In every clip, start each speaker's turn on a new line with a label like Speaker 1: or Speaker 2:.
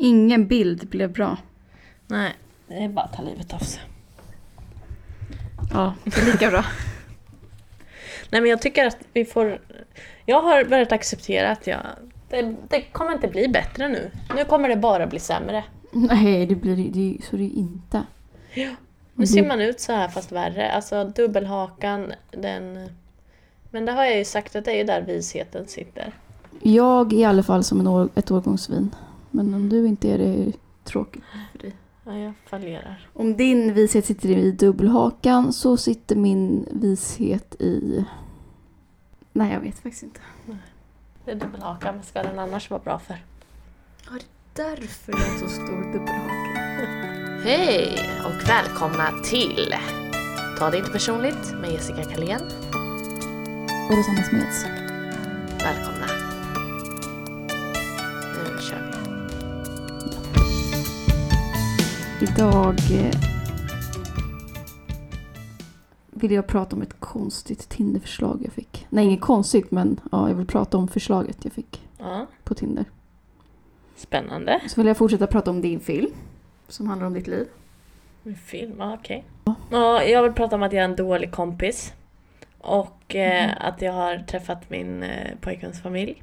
Speaker 1: Ingen bild blev bra.
Speaker 2: Nej, det är bara att ta livet av sig.
Speaker 1: Ja.
Speaker 3: Det är lika bra.
Speaker 2: Nej men jag tycker att vi får... Jag har börjat acceptera att jag... Det, det kommer inte bli bättre nu. Nu kommer det bara bli sämre.
Speaker 1: Nej, det blir det, det, så det är ju inte.
Speaker 2: Nu ser man ut så här fast värre. Alltså dubbelhakan, den... Men det har jag ju sagt att det är ju där visheten sitter.
Speaker 1: Jag är i alla fall som en år, ett årgångsvin. Men om du inte är det är det tråkigt.
Speaker 2: Ja, jag fallerar.
Speaker 1: Om din vishet sitter i dubbelhakan så sitter min vishet i... Nej, jag vet faktiskt inte.
Speaker 2: Det är dubbelhakan, vad ska den annars vara bra för?
Speaker 3: Därför är det så stor dubbelhake.
Speaker 2: Hej och välkomna till Ta det inte personligt med Jessica Kalén.
Speaker 1: Och Rosanna Smeds.
Speaker 2: Välkomna. Nu kör vi.
Speaker 1: Idag eh, vill jag prata om ett konstigt Tinderförslag jag fick. Nej, inget konstigt, men ja, jag vill prata om förslaget jag fick
Speaker 2: Ja,
Speaker 1: på Tinder.
Speaker 2: spännande.
Speaker 1: Så vill jag fortsätta prata om din film, som handlar om ditt liv.
Speaker 2: En film, ja okej. Ja, jag vill prata om att jag är en dålig kompis. Och eh, att jag har träffat min eh, pojkväns familj.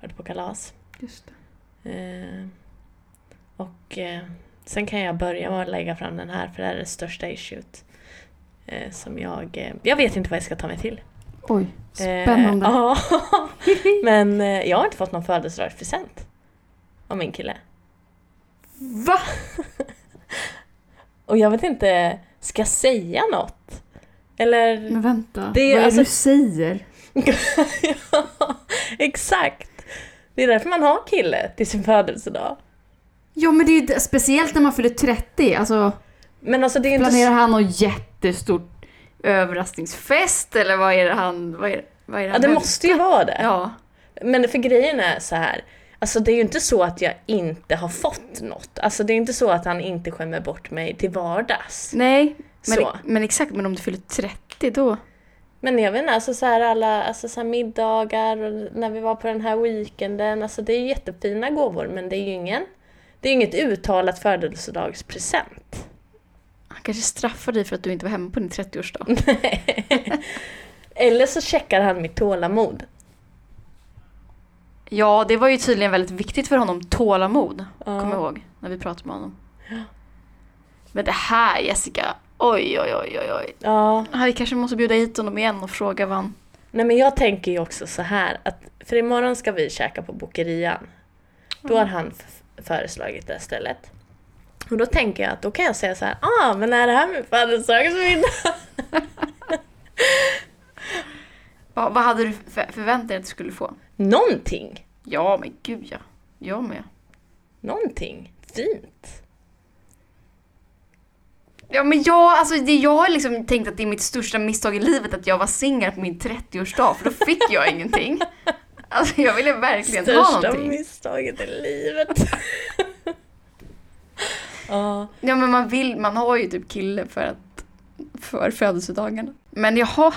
Speaker 2: Varit på kalas.
Speaker 1: Just det.
Speaker 2: Eh, och eh, sen kan jag börja med att lägga fram den här för det här är det största issuet. Eh, som jag... Eh, jag vet inte vad jag ska ta mig till.
Speaker 1: Oj, spännande.
Speaker 2: Eh, ja. Men eh, jag har inte fått någon födelsedagspresent. Av min kille. Va? och jag vet inte, ska jag säga något? Eller?
Speaker 1: Men vänta,
Speaker 2: Det är ju
Speaker 1: vad är det
Speaker 2: alltså-
Speaker 1: du säger?
Speaker 2: ja, exakt! Det är därför man har kille till sin födelsedag.
Speaker 1: Ja men det är ju det- speciellt när man fyller 30, alltså
Speaker 2: Men alltså det är ju inte...
Speaker 1: planerar
Speaker 2: så-
Speaker 1: han någon jättestor överraskningsfest eller vad är det han... Vad är det, vad är det
Speaker 2: Ja,
Speaker 1: han
Speaker 2: det
Speaker 1: vill?
Speaker 2: måste ju vara det.
Speaker 1: Ja.
Speaker 2: Men för grejen är så här. Alltså det är ju inte så att jag inte har fått något. Alltså det är inte så att han inte skämmer bort mig till vardags.
Speaker 1: Nej, men,
Speaker 2: Så.
Speaker 1: men exakt, men om du fyller 30 då?
Speaker 2: Men jag vet inte, alltså så här alla alltså så här middagar och när vi var på den här weekenden. Alltså det är ju jättefina gåvor men det är ju ingen. Det är ju inget uttalat födelsedagspresent.
Speaker 1: Han kanske straffar dig för att du inte var hemma på din 30-årsdag.
Speaker 2: Eller så checkar han mitt tålamod.
Speaker 1: Ja, det var ju tydligen väldigt viktigt för honom, tålamod.
Speaker 2: Ja.
Speaker 1: Kommer jag ihåg, när vi pratade med honom. Men det här Jessica, oj oj oj oj oj.
Speaker 2: Ja.
Speaker 1: Ja, Vi kanske måste bjuda hit honom igen och fråga vad han...
Speaker 2: Nej men jag tänker ju också så här att för imorgon ska vi käka på Bokerian. Då har han f- föreslagit det stället. Och då tänker jag att då kan jag säga så här, ah men är det här min födelsedagsmiddag?
Speaker 1: Vad, vad hade du för, förväntat dig att du skulle få?
Speaker 2: Någonting,
Speaker 1: Ja, men gud ja. Jag med.
Speaker 2: någonting fint.
Speaker 1: Ja, men jag, alltså, det, jag har liksom tänkt att det är mitt största misstag i livet att jag var singel på min 30-årsdag för då fick jag ingenting. Alltså jag ville verkligen ha
Speaker 2: Största
Speaker 1: någonting.
Speaker 2: misstaget i livet. Ja,
Speaker 1: Ja, men man, vill, man har ju typ kille för, att, för födelsedagarna. Men jaha,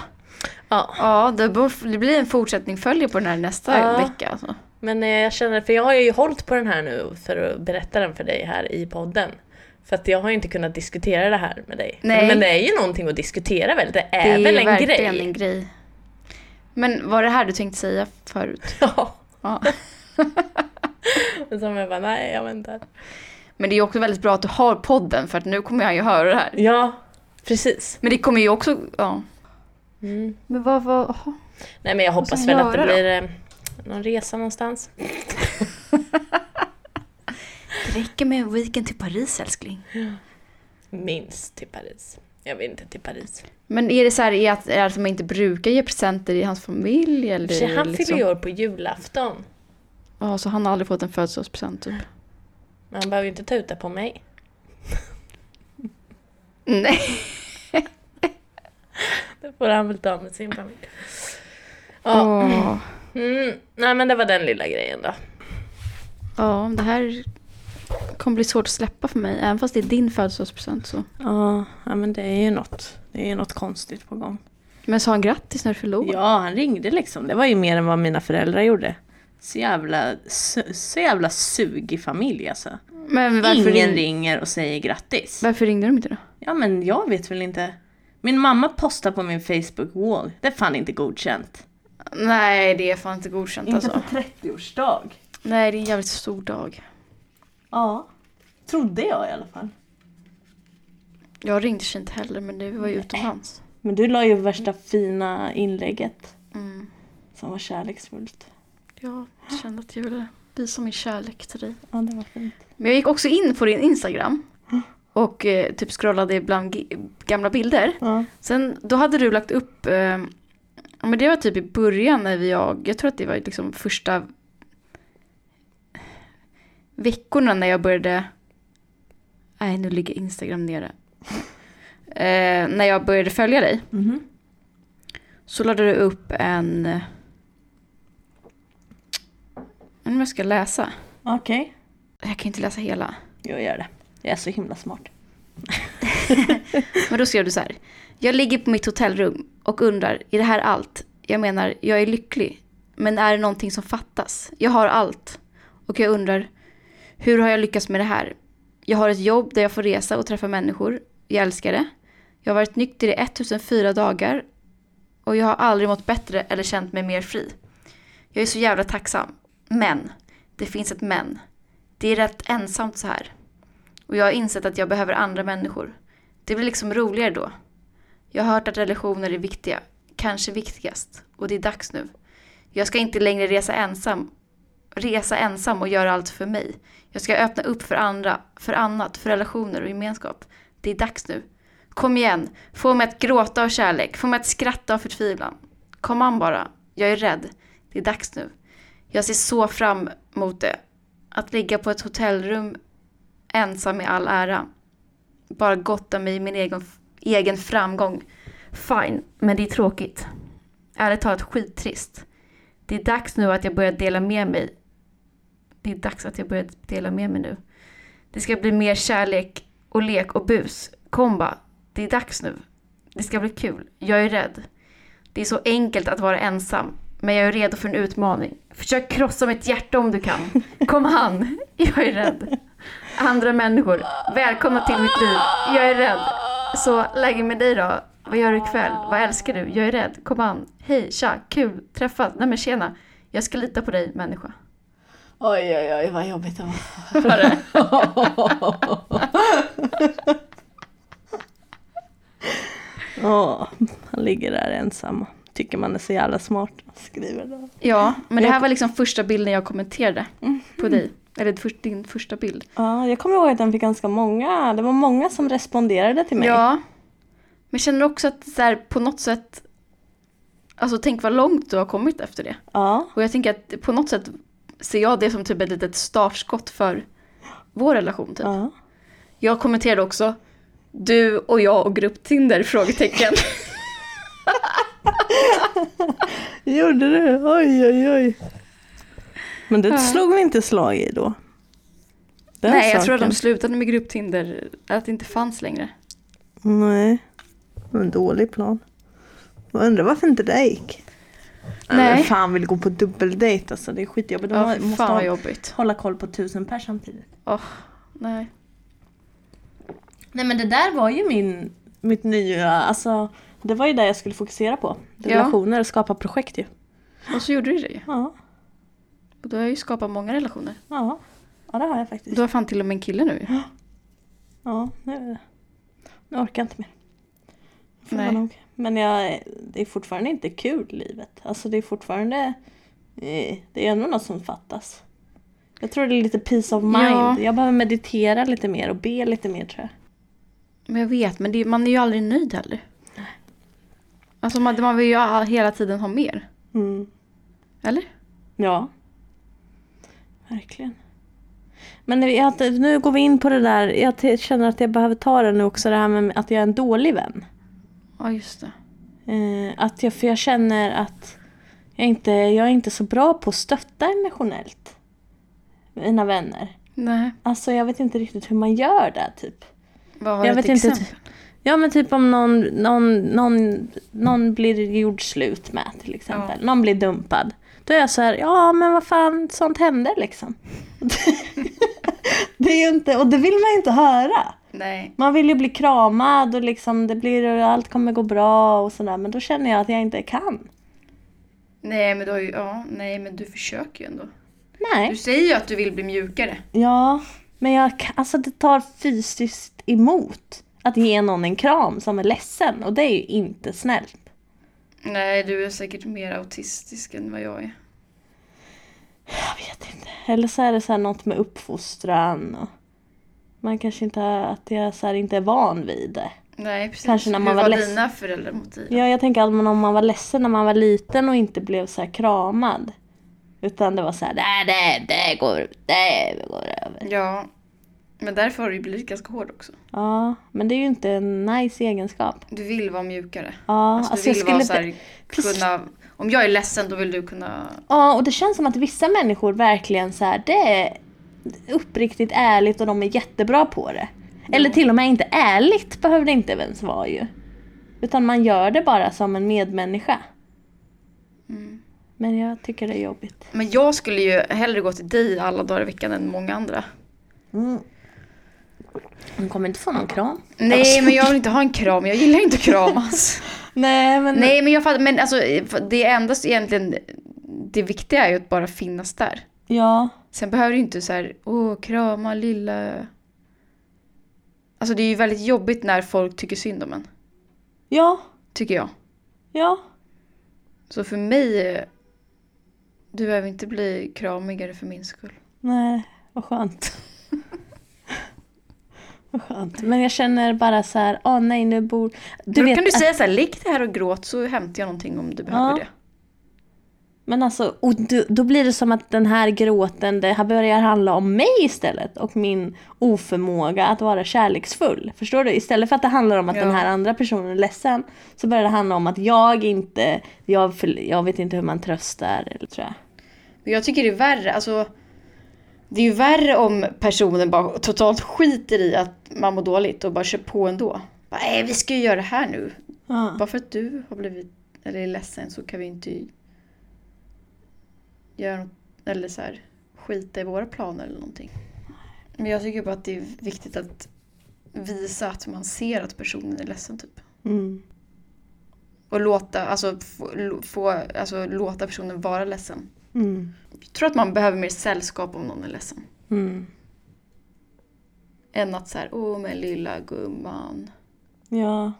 Speaker 2: ja.
Speaker 1: ja, det, bör, det blir en fortsättning följer på den här nästa
Speaker 2: Ja.
Speaker 1: vecka. Alltså.
Speaker 2: men eh, jag känner, för jag har ju hållit på den här nu för att berätta den för dig här i podden. För att jag har ju inte kunnat diskutera det här med dig.
Speaker 1: Nej.
Speaker 2: Men det är ju någonting att diskutera väl? Det är
Speaker 1: det
Speaker 2: väl
Speaker 1: ju
Speaker 2: en grej?
Speaker 1: verkligen en grej. Men var det här du tänkte säga förut?
Speaker 2: Ja.
Speaker 1: Ja.
Speaker 2: Och så jag bara, nej jag väntar.
Speaker 1: Men det är ju också väldigt bra att du har podden för att nu kommer jag ju höra det här.
Speaker 2: Ja, precis.
Speaker 1: Men det kommer ju också, ja. Men vad, vad, aha.
Speaker 2: Mm. Nej men jag
Speaker 1: Vad ska
Speaker 2: hoppas
Speaker 1: jag
Speaker 2: väl att det
Speaker 1: göra då?
Speaker 2: blir eh, någon resa någonstans.
Speaker 1: Det räcker med en weekend till Paris älskling.
Speaker 2: Minst till Paris. Jag vill inte till Paris.
Speaker 1: Men är det så här är att, är det att man inte brukar ge presenter i hans familj? Eller
Speaker 2: Så han
Speaker 1: liksom?
Speaker 2: fyller ju år på julafton.
Speaker 1: Ja, så han har aldrig fått en födelsedagspresent typ?
Speaker 2: Men han behöver ju inte ta ut det på mig.
Speaker 1: Mm. Nej.
Speaker 2: Det får han väl ta med sin familj. Ja.
Speaker 1: Ja.
Speaker 2: Mm. Nej men det var den lilla grejen då.
Speaker 1: ja, det här kommer bli svårt att släppa för mig. Även fast det är din födelsedagspresent så.
Speaker 2: Ja, men det är ju något. Det är ju något konstigt på gång.
Speaker 1: Men sa han grattis när du förlorade?
Speaker 2: Ja, han ringde liksom. Det var ju mer än vad mina föräldrar gjorde. Så jävla, så, så jävla sugig familj alltså.
Speaker 1: Men varför,
Speaker 2: Ingen
Speaker 1: ring-
Speaker 2: ringer och säger grattis.
Speaker 1: varför ringde de inte då?
Speaker 2: Ja men jag vet väl inte. Min mamma postar på min Facebook-wall. Det är fan inte godkänt.
Speaker 1: Nej, det är fan inte godkänt alltså.
Speaker 2: 30-årsdag.
Speaker 1: Nej, det är en jävligt stor dag.
Speaker 2: Ja. Trodde jag i alla fall.
Speaker 1: Jag ringde sig inte heller, men det var ju utomlands.
Speaker 2: Men du la ju värsta fina inlägget.
Speaker 1: Mm.
Speaker 2: Som var kärleksfullt.
Speaker 1: Jag kände att jag ville visa min kärlek till dig.
Speaker 2: Ja det var fint.
Speaker 1: Men jag gick också in på din Instagram och eh, typ scrollade bland gi- gamla bilder.
Speaker 2: Ja.
Speaker 1: Sen då hade du lagt upp, eh, ja, men det var typ i början när vi jag, jag tror att det var liksom första veckorna när jag började, nej nu ligger Instagram nere. Eh, när jag började följa dig
Speaker 2: Mhm.
Speaker 1: så lade du upp en, jag vet inte om jag ska läsa,
Speaker 2: Okej.
Speaker 1: jag kan ju inte läsa hela.
Speaker 2: Jag gör det. Jag är så himla smart.
Speaker 1: Men då skrev du så här. Jag ligger på mitt hotellrum och undrar, är det här allt? Jag menar, jag är lycklig. Men är det någonting som fattas? Jag har allt. Och jag undrar, hur har jag lyckats med det här? Jag har ett jobb där jag får resa och träffa människor. Jag älskar det. Jag har varit nykter i 1004 dagar. Och jag har aldrig mått bättre eller känt mig mer fri. Jag är så jävla tacksam. Men, det finns ett men. Det är rätt ensamt så här. Och jag har insett att jag behöver andra människor. Det blir liksom roligare då. Jag har hört att relationer är viktiga, kanske viktigast, och det är dags nu. Jag ska inte längre resa ensam, resa ensam och göra allt för mig. Jag ska öppna upp för andra, för annat, för relationer och gemenskap. Det är dags nu. Kom igen, få mig att gråta av kärlek, få mig att skratta av förtvivlan. Kom an bara, jag är rädd. Det är dags nu. Jag ser så fram emot det. Att ligga på ett hotellrum ensam i all ära bara gotta mig i min egen, egen framgång. Fine, men det är tråkigt. Ärligt talat skittrist. Det är dags nu att jag börjar dela med mig. Det är dags att jag börjar dela med mig nu. Det ska bli mer kärlek och lek och bus. Kom bara, det är dags nu. Det ska bli kul. Jag är rädd. Det är så enkelt att vara ensam. Men jag är redo för en utmaning. Försök krossa mitt hjärta om du kan. Kom an, jag är rädd. Andra människor, välkomna till mitt liv. Jag är rädd. Så läge med dig då. Vad gör du ikväll? Vad älskar du? Jag är rädd. Kom an. Hej, tja, kul, träffas. Nej men tjena. Jag ska lita på dig människa.
Speaker 2: Oj oj oj vad jobbigt det var.
Speaker 1: Var det?
Speaker 2: Ja, han ligger där ensam. Tycker man är så jävla smart. Skriver det.
Speaker 1: Ja, men det här var liksom första bilden jag kommenterade på dig. Eller först- din första bild.
Speaker 2: Ja, jag kommer ihåg att den fick ganska många. Det var många som responderade till mig.
Speaker 1: Ja. Men jag känner också att så här, på något sätt, alltså tänk vad långt du har kommit efter det.
Speaker 2: Ja,
Speaker 1: Och jag tänker att på något sätt ser jag det som typ ett litet startskott för vår relation typ.
Speaker 2: ja.
Speaker 1: Jag kommenterade också du och jag och grupp Tinder? Frågetecken.
Speaker 2: Gjorde du? Oj, oj, oj. Men det
Speaker 1: Ja.
Speaker 2: slog vi inte slag i då. Den
Speaker 1: Nej, jag tror att
Speaker 2: saken.
Speaker 1: de slutade med grupp Tinder, att det inte fanns längre.
Speaker 2: Nej, det var en dålig plan. Jag undrar varför inte det gick.
Speaker 1: Nej.
Speaker 2: Vem fan vill gå på dubbeldejt alltså, det är skitjobbigt. De
Speaker 1: Ja,
Speaker 2: har-
Speaker 1: fy
Speaker 2: måste
Speaker 1: fan vad
Speaker 2: ha,
Speaker 1: jobbigt.
Speaker 2: hålla koll på tusen pers samtidigt.
Speaker 1: Nej.
Speaker 2: Nej men det där var ju min, mitt nya, alltså det var ju det jag skulle fokusera på.
Speaker 1: Ja.
Speaker 2: Relationer och skapa projekt ju.
Speaker 1: Och så gjorde du det ju.
Speaker 2: Ja,
Speaker 1: Och du har ju skapat många relationer.
Speaker 2: ja. ja det har jag faktiskt.
Speaker 1: Du har fan till och med en kille nu ju.
Speaker 2: Ja, nu, nu orkar jag inte mer. Får
Speaker 1: Nej.
Speaker 2: vara nog. Men jag, det är fortfarande inte kul livet. Alltså det är fortfarande, eh, det är ändå något som fattas. Jag tror det är lite peace of mind.
Speaker 1: Ja.
Speaker 2: Jag behöver meditera lite mer och be lite mer tror jag.
Speaker 1: Men jag vet, men det, man är ju aldrig nöjd heller. Alltså man, man vill ju all- hela tiden ha mer.
Speaker 2: Mm.
Speaker 1: Eller?
Speaker 2: Ja. Verkligen. Men nu- jag, nu går vi in på det där, jag t- känner att jag behöver ta det nu också, det här med att jag är en dålig vän.
Speaker 1: Ja, just det.
Speaker 2: Eh, att jag, för jag känner att jag inte, jag är inte så bra på att stötta emotionellt. Mina vänner.
Speaker 1: Nej.
Speaker 2: Alltså jag vet inte riktigt hur man gör det typ.
Speaker 1: Vad har
Speaker 2: Jag
Speaker 1: du ett
Speaker 2: vet inte-
Speaker 1: exempel?
Speaker 2: Ja men typ om någon, någon, någon, någon blir gjord slut med till exempel. Någon blir dumpad. Då är jag så här, ja men vad fan, sånt händer liksom. det det ju inte och det vill man ju inte höra.
Speaker 1: Nej.
Speaker 2: Man vill ju bli kramad och liksom det blir allt kommer gå bra och sådär men då känner jag att jag inte kan.
Speaker 1: Nej men, då, är ju- ja, nej, men du försöker ju ändå. Du
Speaker 2: Nej.
Speaker 1: säger ju att du vill bli mjukare.
Speaker 2: Ja, men jag, kan- alltså det tar fysiskt emot att ge någon en kram som är ledsen och det är ju inte snällt.
Speaker 1: Nej, du är säkert mer autistisk än vad jag är.
Speaker 2: Jag vet inte. Eller så är det så här något med uppfostran. Och man kanske inte är, att jag så här inte är van vid det.
Speaker 1: Nej, precis.
Speaker 2: Kanske när man
Speaker 1: Hur var
Speaker 2: var less-
Speaker 1: dina föräldrar mot dig?
Speaker 2: Ja, jag tänker att man- om man var ledsen när man var liten och inte blev så här kramad. Utan det var så här, "Nej, det, det, går, det går över.
Speaker 1: Ja. Men därför har du ju blivit ganska hård också.
Speaker 2: Ja, men det är ju inte en nice egenskap.
Speaker 1: Du vill vara mjukare.
Speaker 2: Ja,
Speaker 1: Alltså,
Speaker 2: alltså
Speaker 1: du
Speaker 2: jag
Speaker 1: vill vara
Speaker 2: skulle
Speaker 1: så här,
Speaker 2: inte... Precis.
Speaker 1: kunna... Om jag är ledsen då vill du kunna...
Speaker 2: Ja, och det känns som att vissa människor verkligen så här, det är uppriktigt ärligt och de är jättebra på det. Eller till och med inte ärligt behöver det inte ens vara ju. Utan man gör det bara som en medmänniska. Men jag tycker det är jobbigt.
Speaker 1: mm. Men jag skulle ju hellre gå till dig alla dagar i veckan än många andra.
Speaker 2: Hon kommer inte få någon kram.
Speaker 1: Mm.
Speaker 2: Alltså.
Speaker 1: Nej, men jag vill inte ha en kram. Jag gillar inte att kramas.
Speaker 2: Nej, men...
Speaker 1: Nej, men jag fattar. Men alltså, det enda som egentligen... Det viktiga är ju att bara finnas där.
Speaker 2: Ja.
Speaker 1: Sen behöver du inte så här, åh, krama lilla... Alltså det är ju väldigt jobbigt när folk tycker synd om en,
Speaker 2: Ja.
Speaker 1: tycker jag.
Speaker 2: Ja.
Speaker 1: Så för mig, eh, du behöver inte bli kramigare för min skull.
Speaker 2: Nej, vad skönt. vad skönt. Men jag känner bara så här, åh nej nu bor... Du
Speaker 1: Då
Speaker 2: vet
Speaker 1: kan du
Speaker 2: att-
Speaker 1: säga så här, ligg här och gråt så hämtar jag någonting om du behöver
Speaker 2: Ja.
Speaker 1: det.
Speaker 2: Men alltså, och du, då blir det som att den här gråten, det här börjar handla om mig istället och min oförmåga att vara kärleksfull. Förstår du? Istället för att det handlar om att
Speaker 1: Ja.
Speaker 2: den här andra personen är ledsen så börjar det handla om att jag inte, jag, för, jag vet inte hur man tröstar eller tror jag.
Speaker 1: Men jag tycker det är värre, alltså det är ju värre om personen bara totalt skiter i att man mår dåligt och bara kör på ändå. Bara, Nej, vi ska ju göra det här nu.
Speaker 2: Ja.
Speaker 1: Bara för att du har blivit eller är ledsen så kan vi inte göra något, eller så här, skita i våra planer eller någonting. Men jag tycker bara att det är viktigt att visa att man ser att personen är ledsen typ.
Speaker 2: Mm.
Speaker 1: Och låta, alltså, få, lo- få, alltså, låta personen vara ledsen.
Speaker 2: Mm.
Speaker 1: Jag tror att man behöver mer sällskap om någon är ledsen.
Speaker 2: Mm.
Speaker 1: Än att så här, åh men lilla gumman.
Speaker 2: Ja.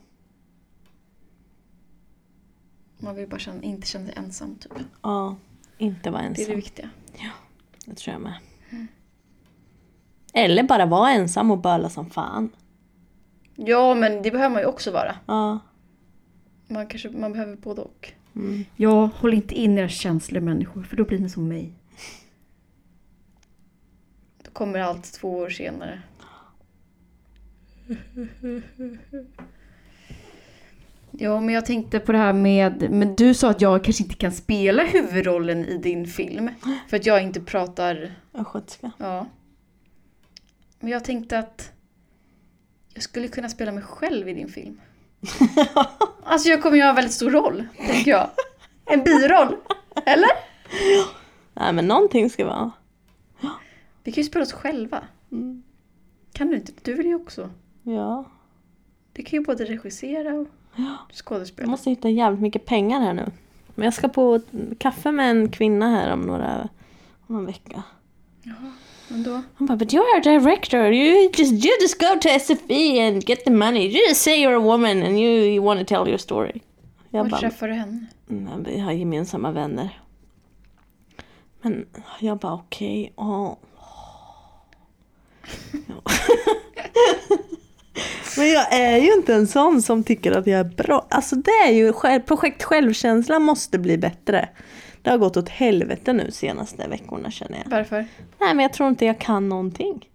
Speaker 1: Man vill bara känna, inte känna sig ensam typ.
Speaker 2: ja. Inte vara
Speaker 1: Det är det
Speaker 2: ensam.
Speaker 1: viktiga.
Speaker 2: Det tror jag med. Eller bara vara ensam och böla som fan.
Speaker 1: Ja men det behöver man ju också vara.
Speaker 2: Ja.
Speaker 1: Man, kanske, man behöver både och.
Speaker 3: Ja, håll inte in era känslor människor, för då blir ni som mig.
Speaker 1: Då kommer allt två år senare. Ja, men jag tänkte på det här med... Men du sa att jag kanske inte kan spela huvudrollen i din film. För att jag inte pratar...
Speaker 2: Östgötska.
Speaker 1: Ja. Men jag tänkte att jag skulle kunna spela mig själv i din film. Alltså jag kommer ju ha en väldigt stor roll, tänker jag. En biroll. Eller?
Speaker 2: Nej men någonting ska vara.
Speaker 1: Vi kan ju spela oss själva.
Speaker 2: Mm.
Speaker 1: Kan du inte? Du vill ju också.
Speaker 2: Ja.
Speaker 1: Du kan ju både regissera och
Speaker 2: Jag
Speaker 1: skådespela.
Speaker 2: måste hitta jävligt mycket pengar här nu. Men jag ska på kaffe med en kvinna här om några, om en vecka.
Speaker 1: Men då?
Speaker 2: Hon bara, but you are a director, you just, you just go to SFI and get the money. You just say you're a woman and you, you want to tell your story. Jag
Speaker 1: Var
Speaker 2: bara,
Speaker 1: träffar du henne?
Speaker 2: nej, Mm, vi har gemensamma vänner. Men jag bara, okej, ja. Ja. Men jag är ju inte en sån som tycker att jag är bra. Alltså det är ju, själv- projekt självkänsla måste bli bättre. Det har gått åt helvete nu senaste veckorna känner jag.
Speaker 1: Varför?
Speaker 2: Nej men jag tror inte jag kan någonting.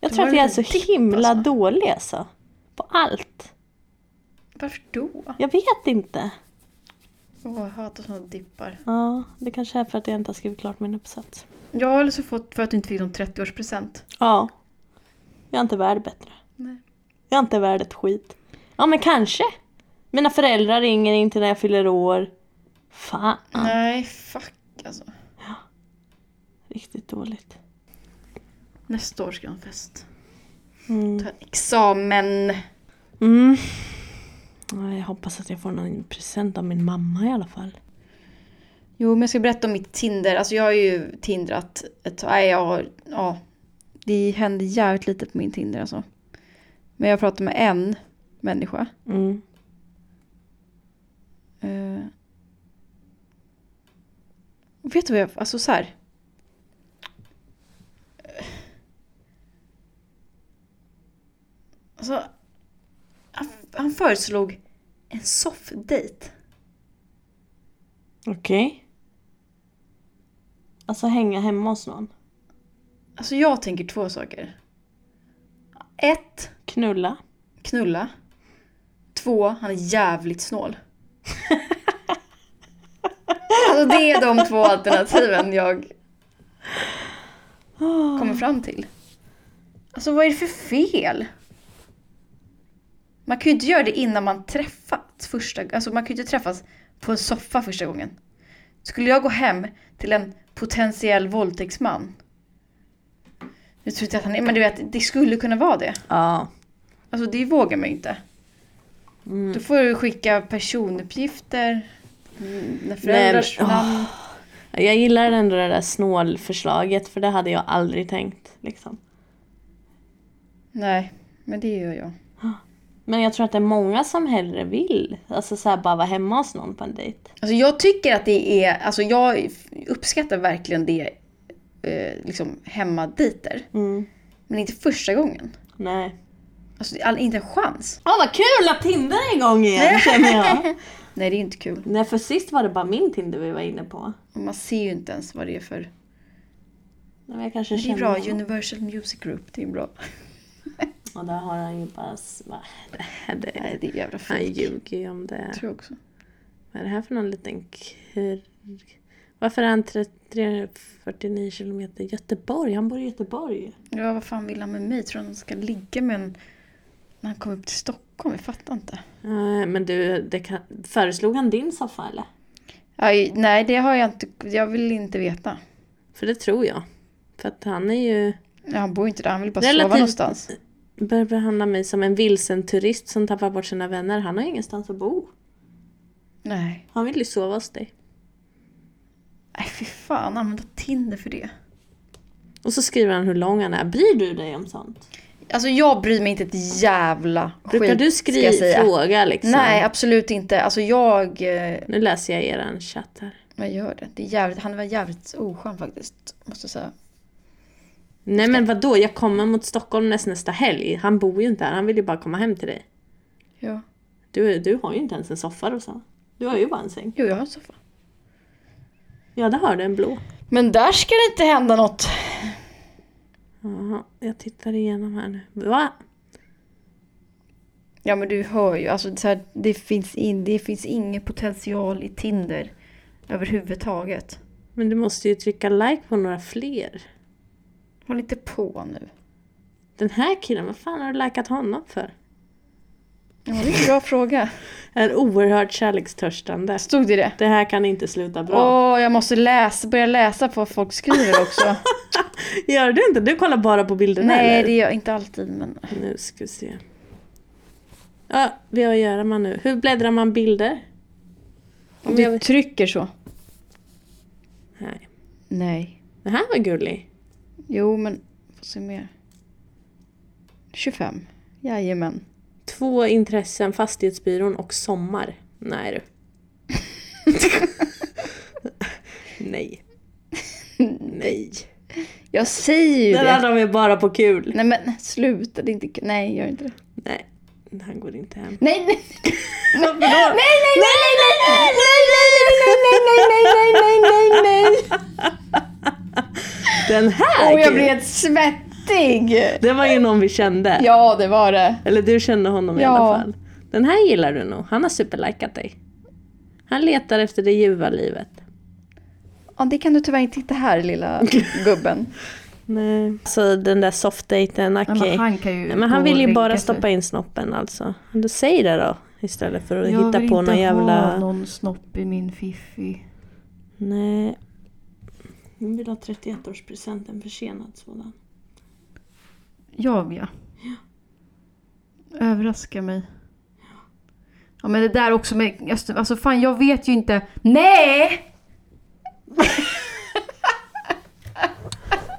Speaker 2: Jag
Speaker 1: Du
Speaker 2: tror
Speaker 1: har
Speaker 2: att jag är
Speaker 1: en
Speaker 2: så
Speaker 1: liten dipp,
Speaker 2: himla
Speaker 1: alltså.
Speaker 2: dålig alltså. På allt.
Speaker 1: Varför då?
Speaker 2: Jag vet inte.
Speaker 1: Åh, jag hatar såna dippar.
Speaker 2: Ja, det kanske är för att jag inte har skrivit klart min uppsats.
Speaker 1: Ja, eller så alltså fått för att du inte fick någon 30-årspresent.
Speaker 2: Ja. Jag är inte värd bättre.
Speaker 1: Nej.
Speaker 2: Jag är inte värd ett skit. Ja men kanske. Mina föräldrar ringer inte när jag fyller år. Fan,
Speaker 1: Nej, fuck alltså.
Speaker 2: riktigt dåligt.
Speaker 1: Nästa år ska jag ha en fest.
Speaker 2: Mm.
Speaker 1: Ta en examen.
Speaker 2: Mm. Ja, Jag hoppas att jag får någon present av min mamma i alla fall.
Speaker 1: Jo, men jag ska berätta om mitt Tinder. Alltså jag har ju tindrat ett tag. Nej, jag har, ja. Det händer jävligt lite på min Tinder alltså. Men jag pratade med en människa.
Speaker 2: Mm.
Speaker 1: Eh, vet du vad jag, alltså så här. Eh. Alltså, han, han föreslog en soffdate.
Speaker 2: Okej. Alltså hänga hemma hos någon.
Speaker 1: Alltså jag tänker två saker. Ett,
Speaker 2: Knulla.
Speaker 1: knulla. Två, han är jävligt snål. alltså det är de två alternativen jag kommer fram till. Alltså vad är det för fel? Man kan ju inte göra det innan man träffats första Alltså man kan ju inte träffas på en soffa första gången. Skulle jag gå hem till en potentiell våldtäktsman? Jag tror inte att han är, men du vet, det skulle kunna vara det.
Speaker 2: Ja.
Speaker 1: Alltså det vågar man ju inte.
Speaker 2: Mm.
Speaker 1: Då får du skicka personuppgifter, dina föräldrars
Speaker 2: Nej, men-
Speaker 1: namn.
Speaker 2: Jag gillar ändå det där snålförslaget för det hade jag aldrig tänkt. Liksom.
Speaker 1: Nej, men det gör jag.
Speaker 2: Men jag tror att det är många som hellre vill. Alltså så här, bara vara hemma hos någon på en dejt.
Speaker 1: Alltså jag tycker att det är, alltså jag uppskattar verkligen det, eh, liksom hemmadejter.
Speaker 2: Mm.
Speaker 1: Men inte första gången.
Speaker 2: Nej.
Speaker 1: Alltså det är all- inte en chans.
Speaker 2: Åh vad kul att Tinder är igång igen känner jag.
Speaker 1: Nej det är inte kul.
Speaker 2: Nej för sist var det bara min Tinder vi var inne på.
Speaker 1: Och man ser ju inte ens vad det är för.
Speaker 2: Nej, men jag kanske
Speaker 1: Det är
Speaker 2: känner
Speaker 1: bra,
Speaker 2: honom.
Speaker 1: Universal Music Group, det är bra.
Speaker 2: Och där har han ju bara... s- va, Det här,
Speaker 1: Nej
Speaker 2: det,
Speaker 1: det är jävla
Speaker 2: han
Speaker 1: fint.
Speaker 2: ljuger ju om det.
Speaker 1: tror jag också.
Speaker 2: Vad är det här för någon liten kurr? Varför är han tre- 349 kilometer Göteborg? Han bor i Göteborg.
Speaker 1: Ja vad fan vill han med mig? Tror han ska ligga med en när han kommer upp till Stockholm? Jag fattar inte.
Speaker 2: Eh, Men du, det kan, föreslog han din soffa eller?
Speaker 1: Aj, nej, det har jag inte. Jag vill inte veta.
Speaker 2: För det tror jag. För att han är ju...
Speaker 1: Ja, han bor ju inte där, han vill bara sova
Speaker 2: Relativt-
Speaker 1: någonstans.
Speaker 2: Börjar behandla mig som en vilsen turist som tappar bort sina vänner. Han har ju ingenstans att bo.
Speaker 1: Nej.
Speaker 2: Han vill ju sova hos dig.
Speaker 1: Nej, fy fan. Använda Tinder för det.
Speaker 2: Och så skriver han hur lång han är. Bryr du dig om sånt?
Speaker 1: Alltså jag bryr mig inte ett jävla
Speaker 2: Brukar
Speaker 1: skit,
Speaker 2: du
Speaker 1: ska jag
Speaker 2: skriva
Speaker 1: säga.
Speaker 2: fråga liksom?
Speaker 1: Nej, absolut inte. Alltså jag... eh,
Speaker 2: Nu läser jag eran chatt här.
Speaker 1: Jag gör det. det är jävligt, han var jävligt oskön faktiskt, måste jag säga.
Speaker 2: Nej men vadå, jag kommer mot Stockholm näst, nästa helg. Han bor ju inte här, han vill ju bara komma hem till dig.
Speaker 1: Ja.
Speaker 2: Du, du har ju inte ens en soffa Rosanna. Du har ju bara en säng.
Speaker 1: Jo, jag har en soffa.
Speaker 2: Ja, det har du, en blå.
Speaker 1: Men där ska det inte hända något.
Speaker 2: Jaha, jag tittar igenom här nu. Va?
Speaker 1: Ja, men du hör ju. Alltså, så här, det, finns in, det finns ingen potential i Tinder överhuvudtaget.
Speaker 2: Men du måste ju trycka like på några fler.
Speaker 1: Håll inte på nu.
Speaker 2: Den här killen, vad fan har du likat honom för?
Speaker 1: Ja, det är en bra fråga.
Speaker 2: Är oerhört kärlekstörstande.
Speaker 1: Stod det det?
Speaker 2: Det här kan inte sluta bra.
Speaker 1: Åh, jag måste läsa, börja läsa på vad folk skriver också.
Speaker 2: Gör du inte? Du kollar bara på bilderna
Speaker 1: Nej, det
Speaker 2: eller?
Speaker 1: gör jag inte alltid, men...
Speaker 2: Nu ska vi se. Ja, vad gör man nu? Hur bläddrar man bilder?
Speaker 1: Om
Speaker 2: jag
Speaker 1: du trycker så.
Speaker 2: Nej.
Speaker 1: Nej.
Speaker 2: Den här var gullig.
Speaker 1: Jo, men... Får se mer. 25. Jajamän.
Speaker 2: Två intressen, fastighetsbyrån och sommar. Nej du. Nej. Nej.
Speaker 1: Jag säger ju
Speaker 2: Den
Speaker 1: det.
Speaker 2: andra var ju bara på kul.
Speaker 1: Nej men sluta, det är inte Nej, gör inte det.
Speaker 2: Nej. Han går inte hem.
Speaker 1: Nej, nej!
Speaker 2: Förlåt.
Speaker 1: Nej, nej, nej, nej, nej, nej, nej, nej, nej, nej, nej, nej, nej, nej!
Speaker 2: Den här!
Speaker 1: Åh, jag
Speaker 2: kul.
Speaker 1: blev helt svettig!
Speaker 2: Det var ju någon vi kände.
Speaker 1: Ja, det var det.
Speaker 2: Eller du kände honom i
Speaker 1: Ja.
Speaker 2: alla fall. Den här gillar du nog. Han har superlikat dig. Han letar efter det ljuva livet.
Speaker 1: Ja, det kan du tyvärr inte hitta här, lilla gubben.
Speaker 2: Nej. Så Alltså, den där softdaten, okej.
Speaker 1: kan ju
Speaker 2: Nej, men han vill ju bara stoppa in snoppen alltså. Men då säg det då. Istället för att hitta på någon jävla...
Speaker 3: någon snopp i min fiffi.
Speaker 2: Nej. Hon vill ha 31-årspresenten försenad sådan.
Speaker 1: Jag ja. Överraska mig. Ja men det där också med Öster... Alltså fan jag vet ju inte. Nej!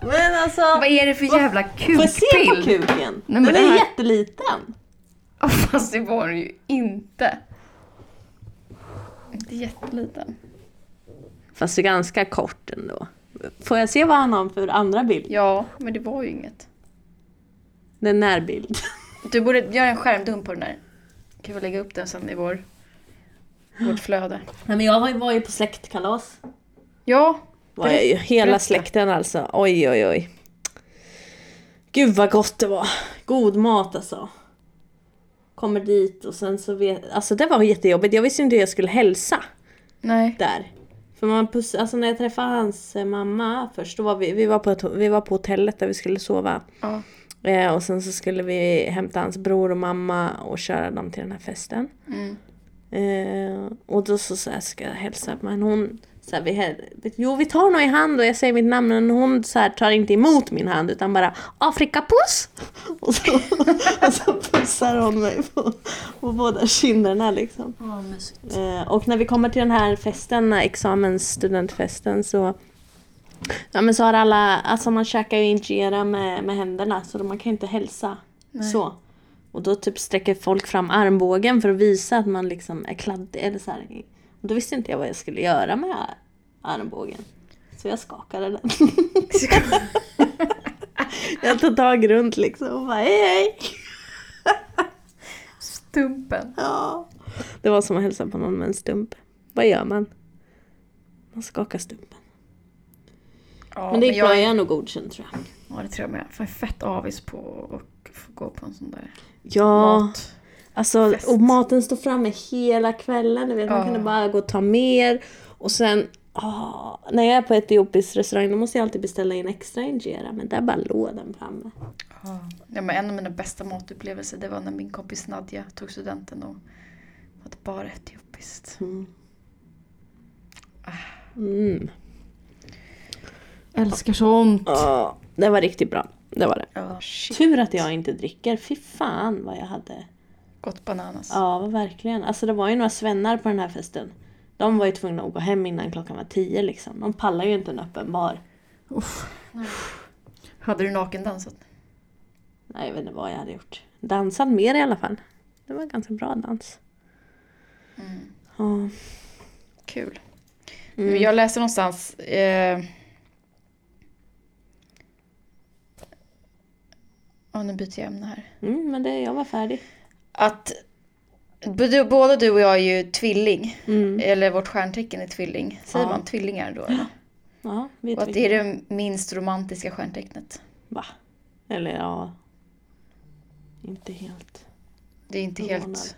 Speaker 2: Men alltså,
Speaker 1: Vad är det för jävla
Speaker 2: får jag se på
Speaker 1: kukbild?
Speaker 2: kuken?
Speaker 1: men
Speaker 2: den
Speaker 1: det
Speaker 2: är
Speaker 1: här-
Speaker 2: jätteliten.
Speaker 1: Ja, Fast det var den ju inte. Inte jätteliten.
Speaker 2: Fast det är ganska kort ändå. Får jag se vad han har för andra bild?
Speaker 1: Ja, men det var ju inget.
Speaker 2: Det är en närbild.
Speaker 1: Du borde göra en skärmdump på den där. Kan vi lägga upp den sen i vår, vårt flöde.
Speaker 2: Nej, men jag har ju- var ju på släktkalas.
Speaker 1: Ja,
Speaker 2: Var jag ju. Hela
Speaker 1: Berätta.
Speaker 2: släkten alltså. Oj oj oj. Gud vad gott det var. God mat alltså. Kommer dit och sen så vet... Alltså det var jättejobbigt. Jag visste inte hur jag skulle hälsa.
Speaker 1: nej.
Speaker 2: där. För man puss, alltså när jag träffade hans eh, mamma först, då var vi, vi, var på ett, vi var på hotellet där vi skulle sova.
Speaker 1: Ja.
Speaker 2: Eh, och sen så skulle vi hämta hans bror och mamma och köra dem till den här festen.
Speaker 1: Mm.
Speaker 2: Eh, och då så, så här ska jag hälsa, men hon så här, vi, häl- jo vi tar nog i hand och jag säger mitt namn men hon så här, tar inte emot min hand utan bara Afrikapuss! Och så, och så pussar hon mig på, på båda kinderna liksom. Eh, och när vi kommer till den här festen, eh, examensstudentfesten, så, ja, men så har alla, alltså man käkar ju injera med, med händerna så man kan ju inte hälsa så. Och då typ sträcker folk fram armbågen för att visa att man liksom är kladdig. Eller så här. Och då visste inte jag vad jag skulle göra med armbågen. Så jag skakade den. jag tog tag runt liksom och bara hej hej.
Speaker 1: Stumpen.
Speaker 2: Ja. Det var som att hälsa på någon med en stump. Vad gör man? Man skakar stumpen.
Speaker 1: Ja,
Speaker 2: men det gick
Speaker 1: jag,
Speaker 2: bra, jag är nog godkänd tror jag.
Speaker 1: Ja, det tror jag med. Jag är fett avis på att få gå på en sån där
Speaker 2: Ja,
Speaker 1: mat.
Speaker 2: alltså
Speaker 1: fest.
Speaker 2: och maten står framme hela kvällen. Du vet, man
Speaker 1: Ja.
Speaker 2: kunde bara gå och ta mer. Och sen, ah, när jag är på etiopisk restaurang då måste jag alltid beställa in extra injera. Men där bara låg den framme.
Speaker 1: Ja, men en av mina bästa matupplevelser det var när min kompis Nadja tog studenten och var det bara etiopiskt.
Speaker 2: Mm. Mm.
Speaker 1: Älskar sånt.
Speaker 2: Ah, det var riktigt bra. Det var det.
Speaker 1: Ja, Typ. shit.
Speaker 2: Tur att jag inte dricker. Fy fan vad jag hade
Speaker 1: Gott bananas.
Speaker 2: Ja, verkligen. Alltså det var ju några svennar på den här festen. De var ju tvungna att gå hem innan klockan var tio liksom. De pallar ju inte en öppen bar.
Speaker 1: Hade du nakendansat?
Speaker 2: Nej, jag vet inte vad jag hade gjort. Dansat mer i alla fall. Det var en ganska bra dans.
Speaker 1: Mm.
Speaker 2: Ja.
Speaker 1: Kul.
Speaker 2: Mm.
Speaker 1: Jag läste någonstans... Eh... Ja, nu byter jag ämne här.
Speaker 2: Mm, men det, jag var färdig.
Speaker 1: Att både- både du och jag är ju tvilling.
Speaker 2: Mm.
Speaker 1: Eller vårt stjärntecken är tvilling. Säger
Speaker 2: Ja.
Speaker 1: man tvillingar då? Eller?
Speaker 2: Ja, vet
Speaker 1: Och att det är det minst romantiska stjärntecknet.
Speaker 2: Va? Eller ja... Inte helt.
Speaker 1: Det är inte
Speaker 2: Förvånad.
Speaker 1: helt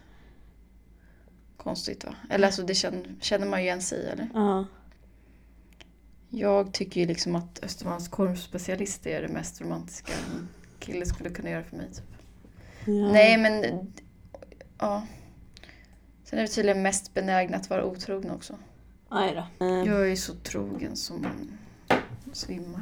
Speaker 1: konstigt va? Eller alltså det känner, känner man ju igen sig i, eller?
Speaker 2: Ja.
Speaker 1: Jag tycker ju liksom att Östermalms korvspecialist är det mest romantiska en kille skulle kunna göra för mig. Typ.
Speaker 2: ja.
Speaker 1: Nej men, ja. Sen är vi tydligen mest benägna att vara otrogna också.
Speaker 2: Aj då. Eh,
Speaker 1: Jag är ju så trogen som man svimmar.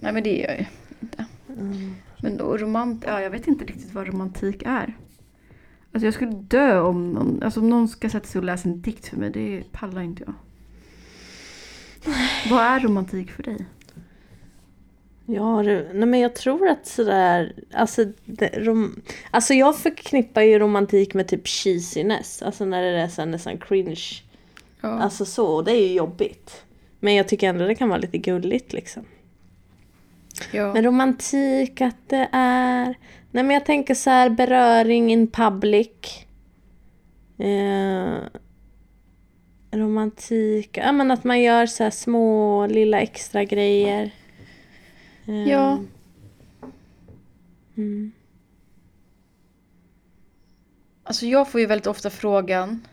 Speaker 1: Nej men det är jag ju inte.
Speaker 2: Mm.
Speaker 1: Men då romant, ja, jag vet inte riktigt vad romantik är. Alltså jag skulle dö om någon, alltså om någon ska sätta sig och läsa en dikt för mig, det pallar inte jag. Vad är romantik för dig?
Speaker 2: Ja, det- nej men jag tror att sådär, alltså, det, rom, alltså jag förknippar ju romantik med typ cheesiness, alltså när det är så här nästan cringe, alltså så, och det är ju jobbigt. Men jag tycker ändå det kan vara lite gulligt liksom. Men romantik att det är, nej men jag tänker så här beröring in public. Eh, romantik, ja men att man gör så här små lilla extra grejer. Eh,
Speaker 1: Ja.
Speaker 2: Mm.
Speaker 1: Alltså jag får ju väldigt ofta frågan.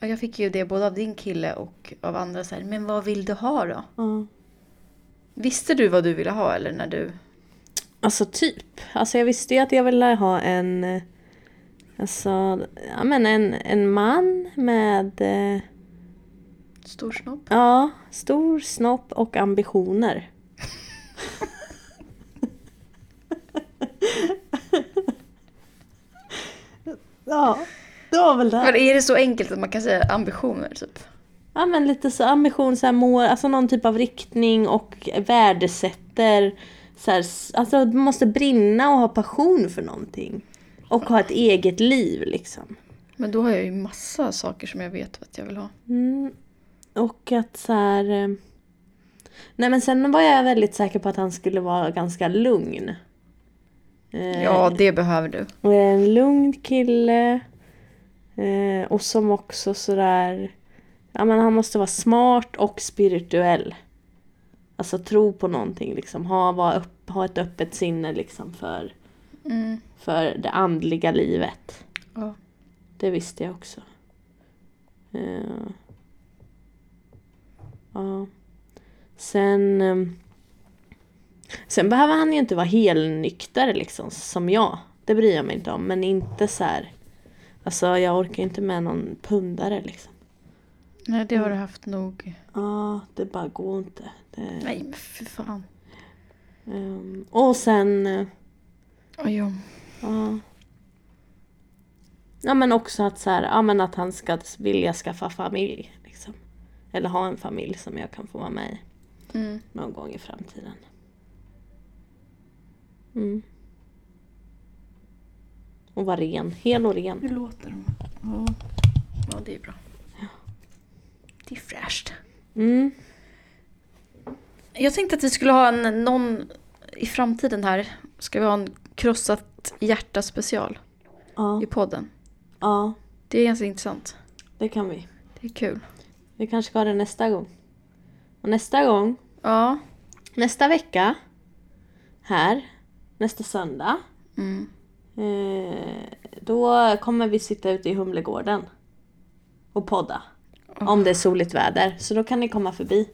Speaker 1: och Jag fick ju det både av din kille och av andra så här, men vad vill du ha då?
Speaker 2: Ja.
Speaker 1: Visste du vad du ville ha eller när du?
Speaker 2: Alltså typ. Alltså jag visste ju att jag ville ha en... eh, Alltså, ja men en, en man med... eh,
Speaker 1: Stor snopp.
Speaker 2: Ja, stor snopp och ambitioner. ja, det var väl det.
Speaker 1: Men är det så enkelt att man kan säga ambitioner typ?
Speaker 2: Ja, men lite så ambition, så här mål, alltså någon typ av riktning och värdesätter. Så här, s- alltså du måste brinna och ha passion för någonting. Och ha ett eget liv liksom.
Speaker 1: Men då har jag ju massa saker som jag vet att jag vill ha.
Speaker 2: Mm. Och att så här... eh, Nej men sen var jag väldigt säker på att han skulle vara ganska lugn. Eh,
Speaker 1: Ja, det behöver du.
Speaker 2: och är en lugn kille. Eh, och som också sådär... Ja men han måste vara smart och spirituell. Alltså tro på någonting liksom. Ha, vara upp, ha ett öppet sinne liksom för,
Speaker 1: Mm.
Speaker 2: för det andliga livet.
Speaker 1: Ja.
Speaker 2: Det visste jag också. Eh, ja. Sen... ehm, sen behöver han ju inte vara helnykter liksom, som jag. Det bryr jag mig inte om. Men inte så här... Alltså jag orkar inte med någon pundare liksom.
Speaker 1: Nej, det har du haft nog.
Speaker 2: Ja, det bara går inte. Det,
Speaker 1: Nej, men för fan.
Speaker 2: ehm, och sen... eh,
Speaker 1: Oj, ja.
Speaker 2: Ja. Ja men också att så här, ja men att han ska vilja skaffa familj. Liksom. Eller ha en familj som jag kan få vara med i
Speaker 1: Mm.
Speaker 2: någon gång i framtiden. Mm. Och vara ren, hel och ren.
Speaker 1: Nu låter de. Ja. ja, det är bra. Det är fräscht.
Speaker 2: Mm.
Speaker 1: Jag tänkte att vi skulle ha en, någon i framtiden här. Ska vi ha en krossat hjärta special
Speaker 2: Ja,
Speaker 1: i podden.
Speaker 2: ja,
Speaker 1: Det är ganska intressant.
Speaker 2: det kan vi.
Speaker 1: Det är kul.
Speaker 2: Vi kanske ska ha det nästa gång. Och nästa gång,
Speaker 1: Ja.
Speaker 2: nästa vecka, här, nästa söndag,
Speaker 1: Mm.
Speaker 2: Eh, då kommer vi sitta ute i Humlegården och podda. Om det är soligt väder. Så då kan ni komma förbi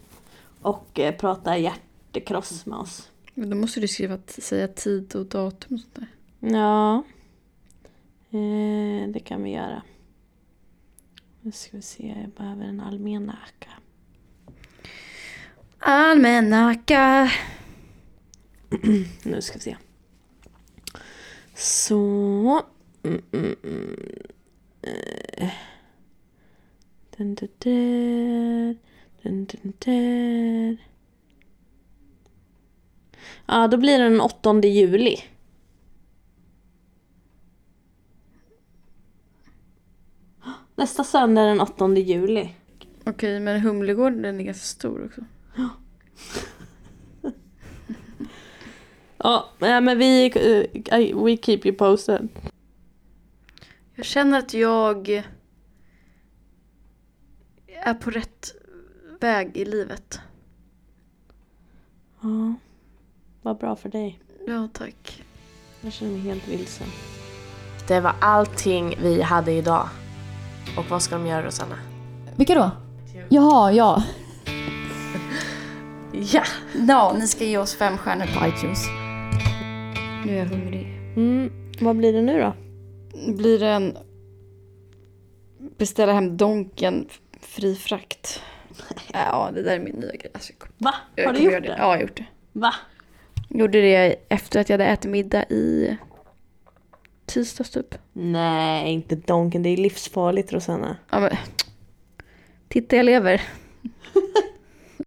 Speaker 2: och eh, prata hjärtekross med oss.
Speaker 1: Men då måste du skriva, t- säga tid och datum och sånt där.
Speaker 2: Ja, eh, det kan vi göra. Nu ska vi se, jag behöver en almanacka.
Speaker 1: Almanacka.
Speaker 2: Nu ska vi se. Så... Mm, mm, mm. Eh. Dun, dun, dun. Dun, dun, dun. Ja, då blir det den 8 juli. Nästa söndag den 8 juli.
Speaker 1: Okej, men Humlegården den är ganska stor också.
Speaker 2: Ja, nej, men vi... eh, I- We keep you posted.
Speaker 1: Jag känner att jag är på rätt väg i livet.
Speaker 2: Ja, vad bra för dig.
Speaker 1: Ja, tack.
Speaker 2: Jag känner mig helt vilsen.
Speaker 4: Det var allting vi hade idag. Och vad ska de göra Rosanna?
Speaker 5: Vilka då?
Speaker 1: Typ.
Speaker 5: Jaha, ja.
Speaker 1: Ja! Ja, ni ska ge oss fem stjärnor på iTunes. Nu är jag hungrig.
Speaker 2: Mm, vad blir det nu då?
Speaker 1: Blir det en beställa hem Donken f- fri frakt? Ja, det där är min nya grej. Alltså, jag kommer-
Speaker 2: Va?
Speaker 1: jag
Speaker 2: Har du
Speaker 1: kommer
Speaker 2: gjort
Speaker 1: göra
Speaker 2: det?
Speaker 1: Ja, jag har gjort det.
Speaker 2: Va?
Speaker 1: Gjorde det efter att jag hade ätit middag i tisdags typ.
Speaker 2: Nej, inte Donken. Det är livsfarligt Rosanna.
Speaker 1: Ja, men... Titta, jag lever.